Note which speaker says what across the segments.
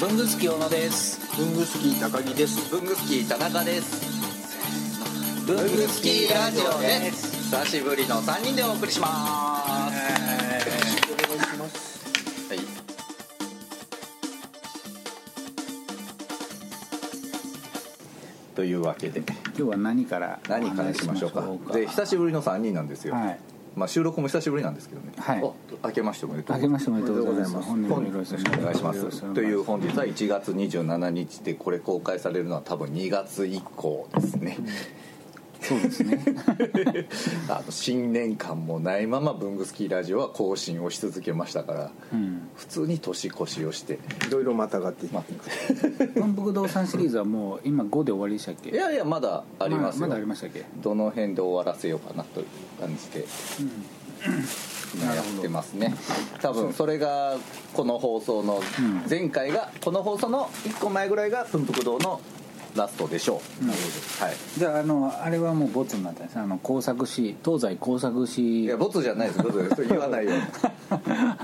Speaker 1: 文具好き小野です
Speaker 2: 文具好き高木です
Speaker 3: 文具好き田中です
Speaker 1: 文
Speaker 3: 文具好きラジオです久しぶりの3人でお送りします
Speaker 2: お願いします
Speaker 3: はいというわけで
Speaker 1: 今日は何から
Speaker 3: 何からしましょうか
Speaker 1: お話しましょう
Speaker 3: で久しぶりの3人なんですよ、
Speaker 1: はい
Speaker 3: まあ、収録も久しぶりなんですけどね、
Speaker 1: はい
Speaker 3: お明けましておめでとう
Speaker 1: 明けましておめでとうございます
Speaker 2: 本
Speaker 3: 本日よろしくお願いしますという本日は1月27日でこれ公開されるのは多分2月以降ですね、
Speaker 1: そうですね
Speaker 3: あの新年感もないまま文具スキーラジオは更新をし続けましたから、
Speaker 1: うん
Speaker 3: 普通に年越しをして、
Speaker 2: いろいろまたがって
Speaker 3: ま
Speaker 1: 文福堂さんシリーズはもう今5で終わりでしたっけ
Speaker 3: いやいやまだありますよ、
Speaker 1: まだありましたっけ
Speaker 3: どの辺で終わらせようかなという感じで今やってますね多分それがこの放送の
Speaker 1: うん
Speaker 3: 前回がこの放送の1個前ぐらいが「文福堂」のラストでしょう、
Speaker 1: なる
Speaker 3: はい
Speaker 1: じゃああのあれはもうボツになったんですねあの工作師東西工作
Speaker 3: い
Speaker 1: 師
Speaker 3: やボツじゃないですボツじゃないです言わない ように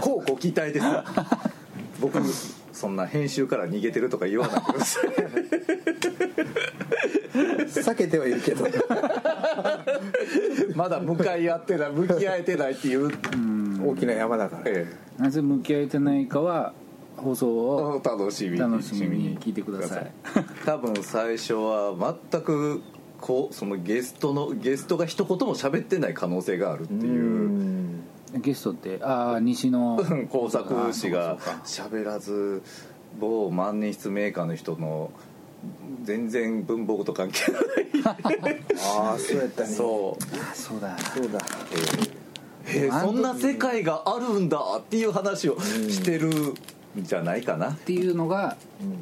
Speaker 3: こうご期待です僕そんな編集から逃げてるとか言わないでください
Speaker 2: 避けてはいるけど
Speaker 3: まだ向かい合ってない向き合えてないっていう、
Speaker 2: 大きな山だから
Speaker 3: え
Speaker 1: なぜ向き合えてないかは放送
Speaker 3: え
Speaker 1: を
Speaker 3: お楽しみに
Speaker 1: 楽しみに聞いてください
Speaker 3: 多分最初は全くこうそのゲストのゲストが一言も喋ってない可能性があるっていう
Speaker 2: うん
Speaker 1: ゲストってああ西の
Speaker 3: うん工作師
Speaker 1: あ
Speaker 3: が
Speaker 1: ーそうかそ
Speaker 3: 喋らず某万年筆メーカーの人の全然文房具と関係ない
Speaker 2: ああそうやったね
Speaker 3: そう
Speaker 1: うかあそうだ
Speaker 2: そうだ
Speaker 3: へえ
Speaker 1: あの
Speaker 3: そんな世界があるんだっていう話をしてるんじゃないかな
Speaker 1: っていうのが、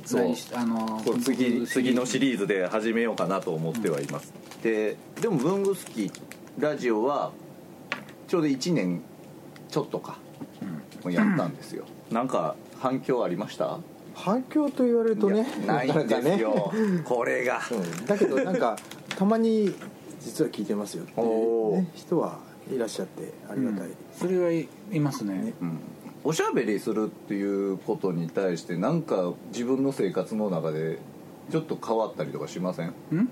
Speaker 3: そう
Speaker 1: 来しあの
Speaker 3: こう
Speaker 1: 文
Speaker 3: 次
Speaker 1: 福堂シリーズ
Speaker 3: 次のシリーズで始めようかなと思ってはいます、ででも「文具好きラジオ」はちょうど1年ちょっとかやったんですよ、なんか反響ありました
Speaker 2: 反響と言われるとね
Speaker 3: いやないん
Speaker 2: か
Speaker 3: です
Speaker 2: ね
Speaker 3: よ、これが、
Speaker 2: うんだけどなんかたまに実は聞いてますよっていうね人はいらっしゃってありがたい
Speaker 1: それはいいますね
Speaker 3: うんおしゃべりするっていうことに対してなんか自分の生活の中でちょっと変わったりとかしません
Speaker 1: うん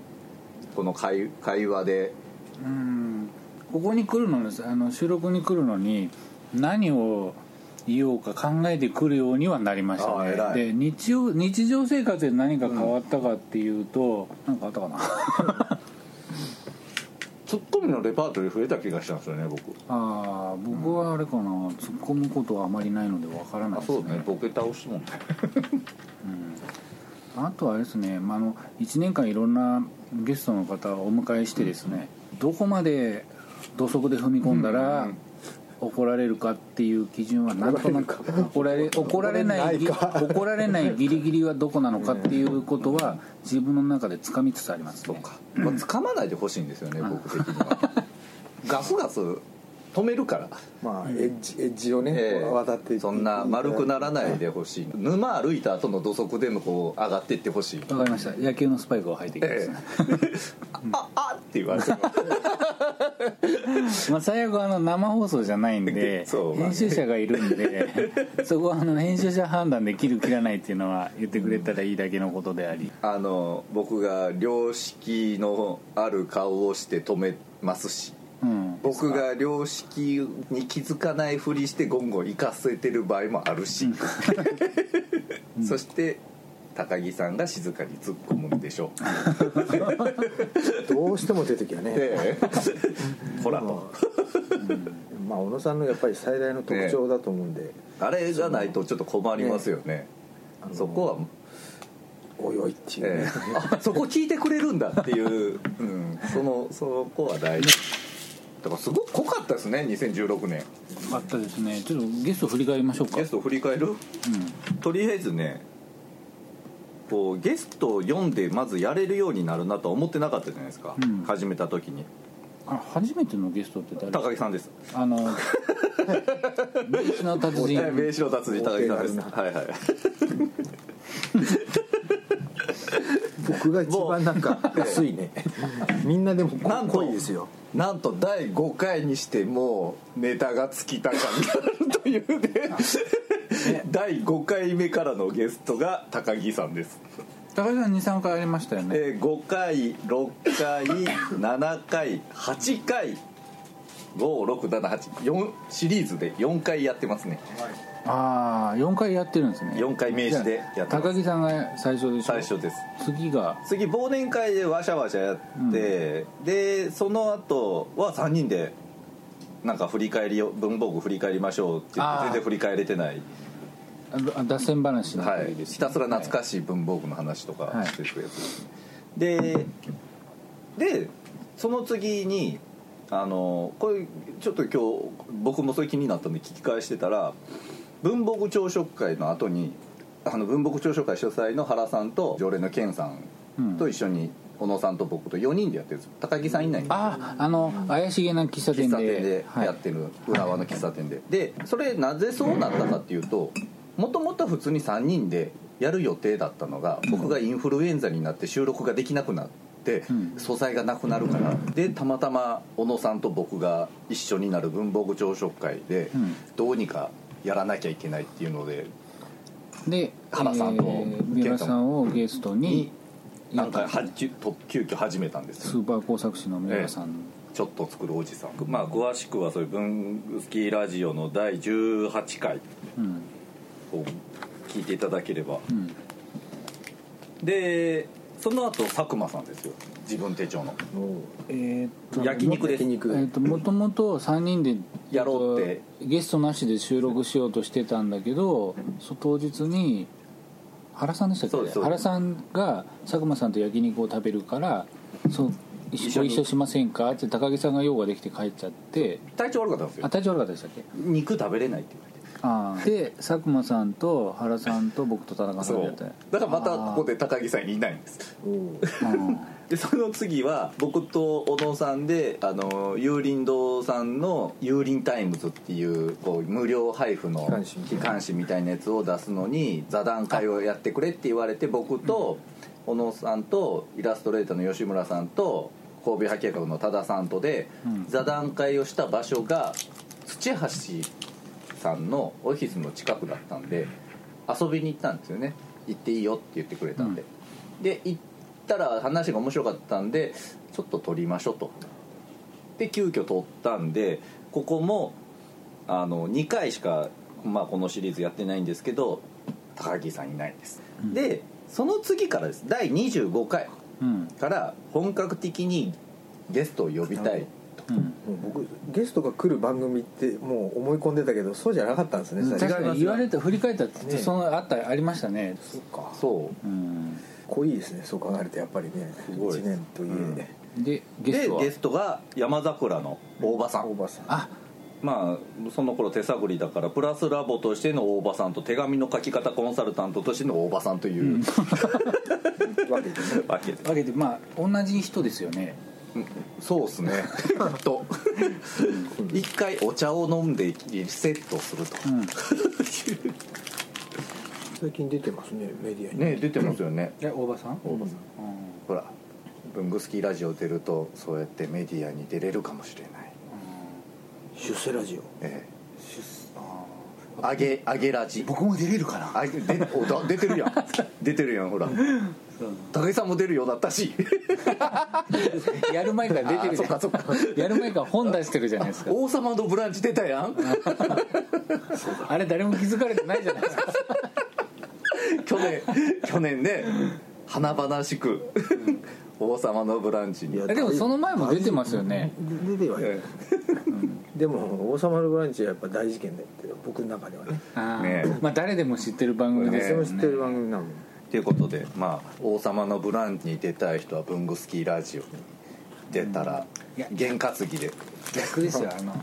Speaker 3: この会会話で
Speaker 1: うんここに来るのですあの収録に来るのに何を言おうか考えてくるようにはなりまし
Speaker 3: あー
Speaker 1: た
Speaker 3: 偉
Speaker 1: ね
Speaker 3: い
Speaker 1: で日曜日常生活で何か変わったかっていうと、なんかあったかな
Speaker 3: ツッコミのレパートリー増えた気がしたんですよね僕
Speaker 1: ああ僕はあれかな、突っ込むことはあまりないのでわからない
Speaker 3: あ
Speaker 1: ですね
Speaker 3: そうねボケ倒すもんね
Speaker 1: あとはあれですね、まあ、あの1年間いろんなゲストの方をお迎えしてですねどこまで土足で踏み込んだら怒られるかっていう基準はなんとなく怒られ怒られないぎ
Speaker 2: 怒られないか
Speaker 1: 怒られないギリギリはどこなのかっていうことは自分の中で掴みつつあります
Speaker 3: そう
Speaker 1: ね
Speaker 3: か、まあ、掴まないでほしいんですよね僕的には ガスガス止めるから
Speaker 2: まあエッジエッジをね
Speaker 3: ええ
Speaker 2: 渡っていく
Speaker 3: そんな丸くならないでほしい沼歩いた後の土足でもこう上がっていってほしい
Speaker 1: わかりました野球のスパイクを履いていきます
Speaker 3: ええ
Speaker 1: ね、
Speaker 3: 「ああっ」って言われても
Speaker 1: まあ、最悪あの生放送じゃないんで
Speaker 3: そう
Speaker 1: 編集者がいるんでそこはあの編集者判断で切る切らないっていうのは言ってくれたらいいだけのことであり
Speaker 3: あの僕が良識のある顔をして止めますし
Speaker 1: うん
Speaker 3: 僕が良識に気づかないふりしてゴンゴン行かせてる場合もあるし、 そして高木さんが静かに突っ込むんでしょう
Speaker 2: どうしても出てきゃね
Speaker 3: え えほらと
Speaker 2: まあ小野さんのやっぱり最大の特徴だと思うんで、
Speaker 3: あれじゃないとちょっと困りますよね
Speaker 2: あの
Speaker 3: そこは、
Speaker 2: おいおいっていう
Speaker 3: え
Speaker 2: ね、
Speaker 3: えあそこ聞いてくれるんだって いう、うん、そのそこは大事だからすごく濃かったですね2016年
Speaker 1: あったですねちょっとゲスト振り返りましょうか
Speaker 3: ゲスト振り返る
Speaker 1: う
Speaker 3: とりあえずねこうゲストを読んでまずやれるようになるなとは思ってなかったじゃないですか、
Speaker 1: うん
Speaker 3: 始めた時に
Speaker 1: んあ初めてのゲストって誰
Speaker 3: 高木さんです
Speaker 1: あの名刺の達人
Speaker 3: え名刺の達人高木さんです
Speaker 2: 大手になる
Speaker 3: はいはい
Speaker 2: 僕が一番なんか薄いねみんなでも
Speaker 3: なんと
Speaker 2: 濃いですよ
Speaker 3: なんと第5回にしてもうネタが尽きた感があるというね 第5回目からのゲストが高木さんです、
Speaker 1: 高橋さん23回ありましたよね
Speaker 3: えー、5回6回7回8回56784シリーズで4回やってますね
Speaker 1: ああ4回やってるんですね
Speaker 3: 4回名刺でやってます
Speaker 1: 高木さんが最初でしょ
Speaker 3: 最初です
Speaker 1: 次が
Speaker 3: 次忘年会でわしゃわしゃやって、でその後は3人でなんか振り返りを文房具振り返りましょうって言っ
Speaker 1: あ
Speaker 3: て
Speaker 1: ー
Speaker 3: 全然振り返れてない、
Speaker 1: あ脱線話の
Speaker 3: は
Speaker 1: 時
Speaker 3: い
Speaker 1: です、
Speaker 3: ひたすら懐かしい文房具の話とか
Speaker 1: はい
Speaker 3: してくやつですね、ででその次にあのこれちょっと今日僕もそれ気になったんで聞き返してたら文房具朝食会の後にあの文房具朝食会主催の原さんと常連の健さんと一緒に小野さんと僕と4人でやってるんです高木さんいないんで
Speaker 1: ああの怪しげな喫茶店
Speaker 3: 喫
Speaker 1: で
Speaker 3: 茶店でやって
Speaker 1: る、
Speaker 3: る浦和の喫茶店ででそれなぜそうなったかっていうともともと普通に3人でやる予定だったのが僕がインフルエンザになって収録ができなくなって
Speaker 1: うん
Speaker 3: 素材がなくなるからでたまたま小野さんと僕が一緒になる文房具朝食会で
Speaker 1: うん
Speaker 3: どうにかやらなきゃいけないっていうので
Speaker 1: はいで
Speaker 3: 原さんと
Speaker 1: 三浦さんをゲストに
Speaker 3: なんかは急急遽始めたんですよ
Speaker 1: スーパー工作士の三浦さん、
Speaker 3: ちょっと作るおじさんまあ詳しくはそういう文具好きラジオの第18回
Speaker 1: うん
Speaker 3: を聞いていただければ
Speaker 1: うんで
Speaker 3: でその後佐久間さんですよ自分手帳の
Speaker 1: えーっと
Speaker 3: 焼肉です
Speaker 2: 焼肉
Speaker 1: えっともともと3人で
Speaker 3: やろうって
Speaker 1: ゲストなしで収録しようとしてたんだけどそ当日に原さんでした
Speaker 3: そう
Speaker 1: っ
Speaker 3: です
Speaker 1: け
Speaker 3: そうです
Speaker 1: 原さんが佐久間さんと焼肉を食べるからそう一緒ご一緒しませんかって高木さんが用ができて帰っちゃって
Speaker 3: 体調悪かったんですよ
Speaker 1: あ体調悪かったでしたっけ
Speaker 3: 肉食べれないって言われて
Speaker 1: ああで佐久間さんと原さんと僕と田中さんだった
Speaker 3: だからまたここで高木さんいないんです
Speaker 1: うん
Speaker 3: でその次は僕と小野さんであの有林堂さんの「有林タイムズ」っていうこう無料配布の
Speaker 2: 機
Speaker 3: 機
Speaker 2: 関誌みたいな
Speaker 3: 関誌みたいなやつを出すのに座談会をやってくれって言われて僕と小野さんとイラストレーターの吉村さんと神戸派計画の多田さんとで
Speaker 1: うん
Speaker 3: 座談会をした場所が土橋さんのオフィスの近くだったんで遊びに行ったんですよね行っていいよって言ってくれたんで、で行ったら話が面白かったんでちょっと撮りましょうとで急遽撮ったんでここもあの2回しか、まあ、このシリーズやってないんですけど高木さんいないんです、でその次からです第25回
Speaker 1: うん
Speaker 3: から本格的にゲストを呼びたい
Speaker 1: うん
Speaker 2: もう僕ゲストが来る番組ってもう思い込んでたけどそうじゃなかったんですね
Speaker 1: 確
Speaker 2: 最初
Speaker 1: かに言われた振り返ったってそのあったありましたね
Speaker 2: そうか
Speaker 3: そう
Speaker 1: うん
Speaker 2: 濃いですねそう考えるとやっぱりね
Speaker 3: ごい
Speaker 2: 1年といえ
Speaker 1: でゲストは
Speaker 3: でゲストが山桜の大場さん、
Speaker 2: 大場さん
Speaker 1: あ
Speaker 3: まあその頃手探りだからプラスラボとしての大場さんと手紙の書き方コンサルタントとしての大場さんという、
Speaker 2: わけですね
Speaker 3: わけで
Speaker 1: わけでまあ同じ人ですよね
Speaker 3: そうっすね と一回お茶を飲んでリセットす ると、
Speaker 1: うん
Speaker 2: 最近出てますねメディアに
Speaker 3: ね出てますよね、
Speaker 1: え大場さん
Speaker 3: 大場さんほら文具好きラジオ出るとそうやってメディアに出れるかもしれない
Speaker 2: 出世ラジオ
Speaker 3: ええ
Speaker 1: あ
Speaker 3: あげあげラジ
Speaker 1: 僕も出れるかな
Speaker 3: あげでおだ出てるや ん出てるやんほら武井さんも出るようだったし
Speaker 1: やる前から出てるじゃん
Speaker 3: あそっかそっ
Speaker 1: やる前から本出してるじゃない ですか
Speaker 3: 王様のブランチ出たやん
Speaker 1: あれ誰も気づかれてないじゃないです か
Speaker 3: 去年去年ね華々しく王様のブランチに
Speaker 2: いや
Speaker 1: えでもその前も出てますよね
Speaker 2: 出てはいる
Speaker 3: え
Speaker 2: でも「王様のブランチ」はやっぱ大事件だって僕の中ではね
Speaker 1: あー
Speaker 3: ね
Speaker 1: まあ誰でも知ってる番組です
Speaker 2: 私
Speaker 1: よ
Speaker 2: も
Speaker 1: ね
Speaker 2: 知ってる番組なの
Speaker 3: えということでまあ王様のブランチに出たい人は文具スキーラジオに出たら
Speaker 1: いや
Speaker 3: 験担ぎで
Speaker 1: 逆ですよあの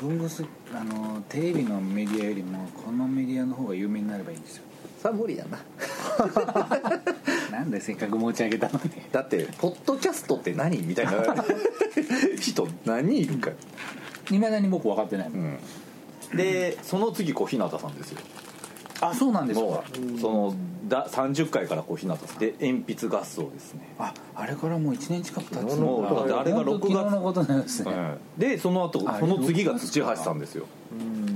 Speaker 1: 文具すあのテレビのメディアよりもこのメディアの方が有名になればいいんですよ
Speaker 3: さあ無理やな
Speaker 1: なんでせっかく持ち上げたのに
Speaker 3: だってポッドキャストって何みた いな人何いるか、
Speaker 1: いまだに僕分かってないもん
Speaker 3: うん、でその次小日向さんですよ
Speaker 1: あそうなんですか
Speaker 3: もうそのだ30回から小日向さんで鉛筆合奏ですね
Speaker 1: ああれからもう1年近く経つ
Speaker 2: 昨日
Speaker 1: の
Speaker 2: の
Speaker 1: か
Speaker 2: ことだ
Speaker 3: あれが
Speaker 1: 本当
Speaker 3: 6月
Speaker 1: 昨日のことなんですね、
Speaker 3: でその後
Speaker 1: あ
Speaker 3: その次が土橋さんですよ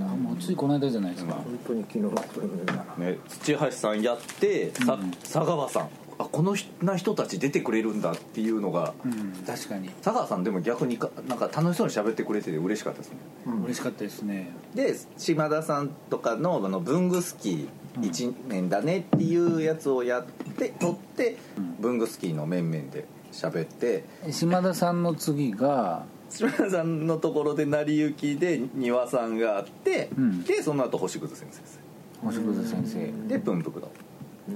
Speaker 1: あもうついこの間じゃないですか、
Speaker 2: 本当に昨日のことのような
Speaker 3: ね、土橋さんやって、さ
Speaker 1: うん
Speaker 3: 佐川さんあこの人な人たち出てくれるんだっていうのが、
Speaker 1: うん、確かに
Speaker 3: 佐川さんでも逆にかなんか楽しそうに喋ってくれてて嬉しかったですね
Speaker 1: 嬉しかったですね
Speaker 3: で島田さんとかのあの文具スキー1年だねっていうやつをやって撮って
Speaker 1: うん
Speaker 3: 文具スキーの面々で喋って
Speaker 1: 島田さんの次が
Speaker 3: 島田さんのところで成り行きで庭さんがあって、
Speaker 1: うん
Speaker 3: でその後星屑先生です
Speaker 1: 星屑先生
Speaker 3: でプンプクだ、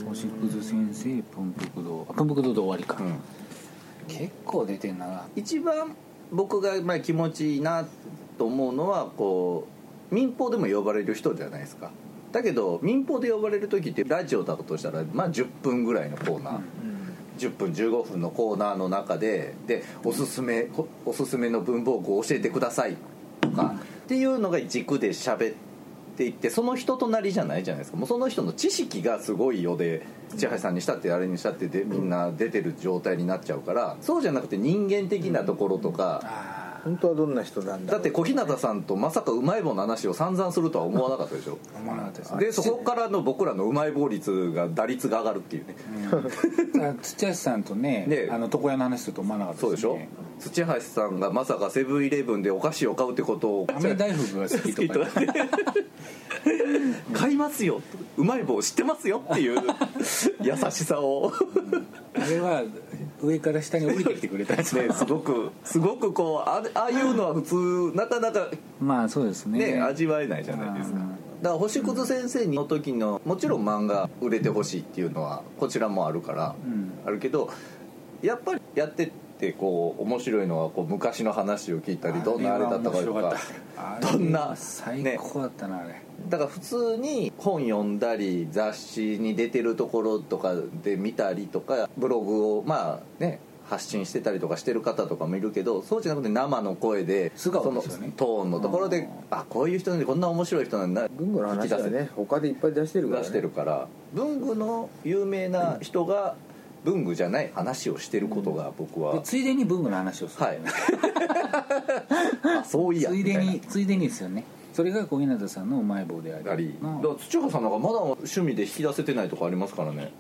Speaker 1: 星屑先生プンプク堂あプンプク堂で終わりか、
Speaker 3: うん
Speaker 1: 結構出てんな
Speaker 3: 一番僕がまあ気持ちいいなと思うのはこう民放でも呼ばれる人じゃないですかだけど民放で呼ばれる時ってラジオだとしたらまあ10分ぐらいのコーナー、10分15分のコーナーの中ででおすすめこおすすめの文房具を教えてくださいとかっていうのが軸で喋っていってその人となりじゃないじゃないですかもうその人の知識がすごいよで千葉さんにしたってあれにしたってでみんな出てる状態になっちゃうからそうじゃなくて人間的なところとか
Speaker 2: 本当はどんな人なんだ
Speaker 3: だ
Speaker 2: ろ
Speaker 3: っ
Speaker 2: う
Speaker 3: て小日向さんとまさかうまい棒の話を散々するとは思わなかったでしょ
Speaker 1: 思わなかったですね
Speaker 3: でそこからの僕らのうまい棒率が打率が上がるっていうね
Speaker 1: あ土屋さんとね
Speaker 3: ね
Speaker 1: あの床屋の話すると思わなかった
Speaker 3: そうでしょ
Speaker 1: ね
Speaker 3: 土橋さんがまさかセブンイレブンでお菓子を買うってことを
Speaker 1: 飴大福が好きとか
Speaker 3: 好きとか 買いますようまい棒知ってますよっていう優しさを
Speaker 1: あれは上から下に降りてきてくれたんです ね
Speaker 3: ねすごくすごくこうあああいうのは普通なかなか
Speaker 1: まあそうですね
Speaker 3: ね味わえないじゃないですか
Speaker 1: う
Speaker 3: だ
Speaker 1: ん
Speaker 3: から星屑先生の時のもちろん漫画売れてほしいっていうのはこちらもあるから、
Speaker 1: うん
Speaker 3: あるけどやっぱりやってってこう面白いのはこう昔の話を聞いたりどんなあれだったかとか
Speaker 1: あれは面白かった
Speaker 3: どん
Speaker 1: あれ
Speaker 3: な
Speaker 1: は最
Speaker 3: ね
Speaker 1: 高だったなあれ、
Speaker 3: だから普通に本読んだり雑誌に出てるところとかで見たりとかブログをまあね発信してたりとかしてる方とかもいるけどそうじゃなくて生の声で
Speaker 1: 素顔ですよね
Speaker 3: そのトーンのところ
Speaker 1: う
Speaker 3: で
Speaker 1: ん
Speaker 3: あこういう人なんでこんな面白い人なんだ
Speaker 2: 文具の話はね他でいっぱい出してるから、
Speaker 3: 出
Speaker 2: ね、
Speaker 3: してるから文具の有名な人が文具じゃない話をしてることが僕は、
Speaker 1: でついでに文具の話をする、
Speaker 3: はい あそういや
Speaker 1: ついで
Speaker 3: みた
Speaker 1: についでにですよねそれが小日向さんのうまい棒であり
Speaker 3: なありだ
Speaker 1: まあ
Speaker 3: から土岡さんなんかまだ趣味で引き出せてないとこありますからね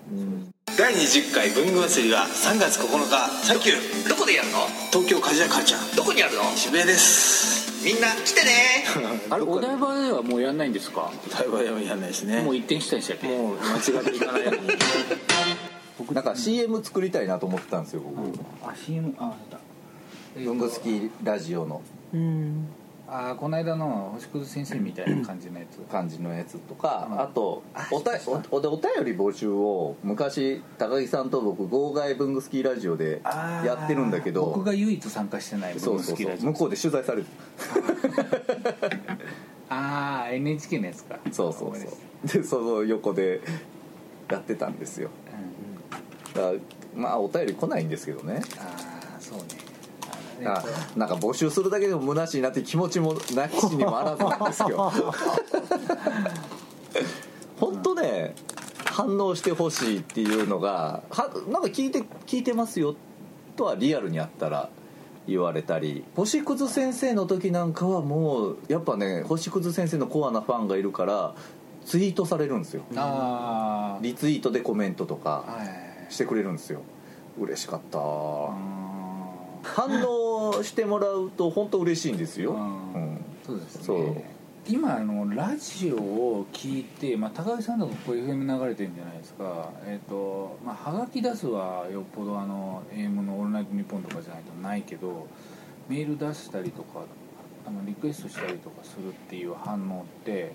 Speaker 4: 第20回文具祭りは3月9日サンキューどこでやるの東京鍛冶屋カルチャーどこにあるの渋谷ですみんな来てね
Speaker 2: ある
Speaker 5: お
Speaker 2: か
Speaker 5: 台場ではもうやんないんですか
Speaker 4: 台湾やめやんないですね
Speaker 5: も
Speaker 4: も
Speaker 5: う一転したりしたっけ
Speaker 4: うもう間違っていかないよう に
Speaker 1: 僕
Speaker 3: なんか CM 作りたいなと思ってたんですよ僕、
Speaker 1: あ CM あ出たえーと
Speaker 3: 文具好きラジオの
Speaker 1: あーこの間の星屑先生みたいな感じのやつ
Speaker 3: 感じのやつとか、
Speaker 1: うん
Speaker 3: あとおたおおお便り募集を昔高木さんと僕号外文具好きラジオで やってるんだけど
Speaker 1: 僕が唯一参加してない
Speaker 3: そう
Speaker 1: 文具
Speaker 3: そう
Speaker 1: 好き
Speaker 3: そ
Speaker 1: ラ
Speaker 3: う
Speaker 1: ジオ
Speaker 3: 向こうで取材されて
Speaker 1: ああ NHK のやつか
Speaker 3: るそうそうそうでその横でやってたんですよ
Speaker 1: うん
Speaker 3: だからまあお便り来ないんですけどね
Speaker 1: ああそうねあの
Speaker 3: あなんか募集するだけでも虚しいなって気持ちもなきしにもあらずなんですけど 本当ね反応してほしいっていうのがはなんか聞いて聞いてますよとはリアルにあったら言われたり星屑先生の時なんかはもうやっぱね星屑先生のコアなファンがいるからツイートされるんですよ
Speaker 1: あー
Speaker 3: リツイートでコメントとか
Speaker 1: はい
Speaker 3: してくれるんですよ嬉しかった
Speaker 1: あ
Speaker 3: 反応してもらうと本当嬉しいんですよ、
Speaker 1: う
Speaker 3: うんん、
Speaker 1: ーそうです
Speaker 3: そう
Speaker 1: ね今あのラジオを聞いて、まあ、高木さんとかこう FM 流れてるんじゃないですかえっ、とまあはがき出すはよっぽどあの AM の「オールナイトニッポン」とかじゃないとないけどメール出したりとかあのリクエストしたりとかするっていう反応って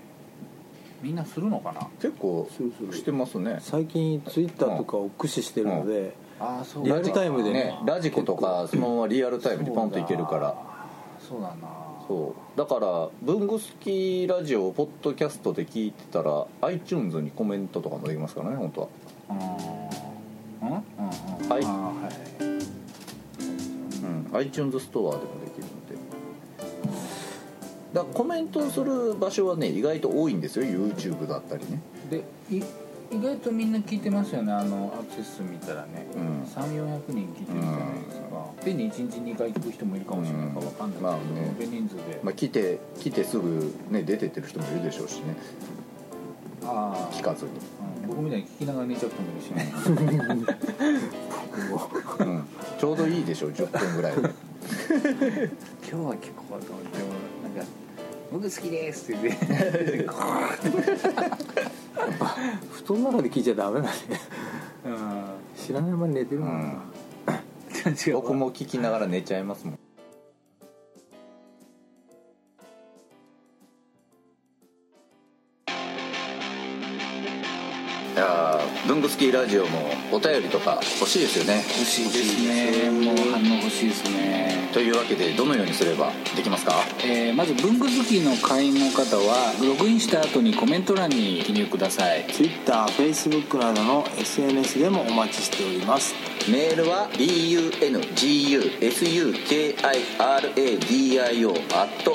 Speaker 1: みんなするのかな
Speaker 3: 結構してますね
Speaker 2: 最近ツイッターとかを駆使してるので、
Speaker 1: ああそう
Speaker 2: リアルタイムでね
Speaker 3: ラジコとかそのままリアルタイムでポンといけるから
Speaker 1: そうだな
Speaker 3: そうだから文具好きラジオをポッドキャストで聞いてたら iTunes にコメントとかもできますからね本当は
Speaker 1: うんうんうんうん
Speaker 3: はい
Speaker 1: あーはい
Speaker 3: うん、iTunes ストアでもできるのでだからコメントする場所はね意外と多いんですよ YouTube だったりね
Speaker 1: でい意外とみんな聞いてますよねあのアクセス数見たらね、
Speaker 3: うん
Speaker 1: 3400人聞いてるじゃないですか、手に1日2回聞く人もいるかもしれないから分かんないけど、
Speaker 3: まあね
Speaker 1: ベ人数で、
Speaker 3: まあ、来て来てすぐ、ね、出てってる人もいるでしょうしね
Speaker 1: あ
Speaker 3: 聞
Speaker 1: ー
Speaker 3: かずに、
Speaker 1: うん僕みたいに聞きながら寝ちゃう人もいるしね
Speaker 3: うん、ちょうどいいでしょう10分ぐらいで
Speaker 1: 今日は聞こうと思ってもなんか「僕好きです」って言ってこう
Speaker 2: 布団の中で聞いちゃダメだね
Speaker 1: うん
Speaker 2: 知らない間に寝てるもんな、
Speaker 1: 違う
Speaker 3: 僕も聞きながら寝ちゃいますもんいやー文具スキーラジオもお便りとか欲しいですよね
Speaker 1: 欲しいですねもう反応欲しいですね
Speaker 3: というわけでどのようにすればできますか
Speaker 1: えーまず文具好きの会員の方はログインした後にコメント欄に記入ください
Speaker 2: TwitterFacebook などの SNS でもお待ちしております
Speaker 3: メールは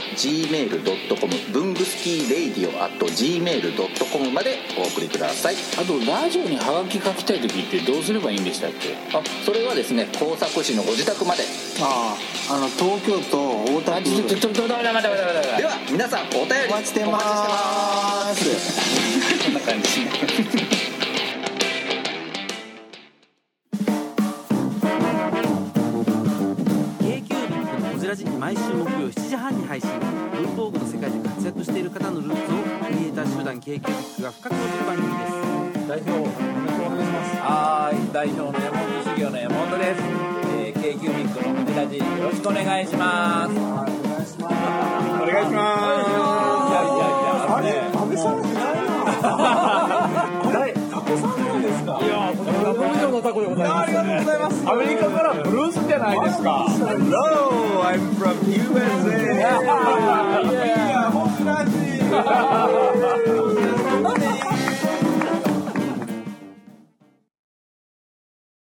Speaker 3: bungusukiradio.gmail.com 文具スキーレイディオ at .gmail.com までお送りください
Speaker 1: あとラジオにハガキ書きたい時ってどうすればいいんでしたっけ
Speaker 3: あそれはですね工作士のご自宅まで
Speaker 2: あああの東京都大田区
Speaker 1: ちょちょちょちょ待って待って待って待って
Speaker 3: では皆さんお便り
Speaker 2: お待ちしてま
Speaker 3: お待ちしてます
Speaker 2: ーす
Speaker 1: こんな感じ
Speaker 6: 毎週木曜7時半に配信文房具の世界で活躍している方のルーツをクリエイター集団 k q b i c が深く落る番組です
Speaker 7: 代表お願いしますはい代表の山本修行の山本です、えー、k q b i c の藤田ジよろしくお願いしますお願いしますお願いしますいやいやいやあれ安部さんいないな誰タコさんなんですかいやこれは本当のタコでございます、ありがとうございますアメリカからブルースじゃないですか Hello I'm from USA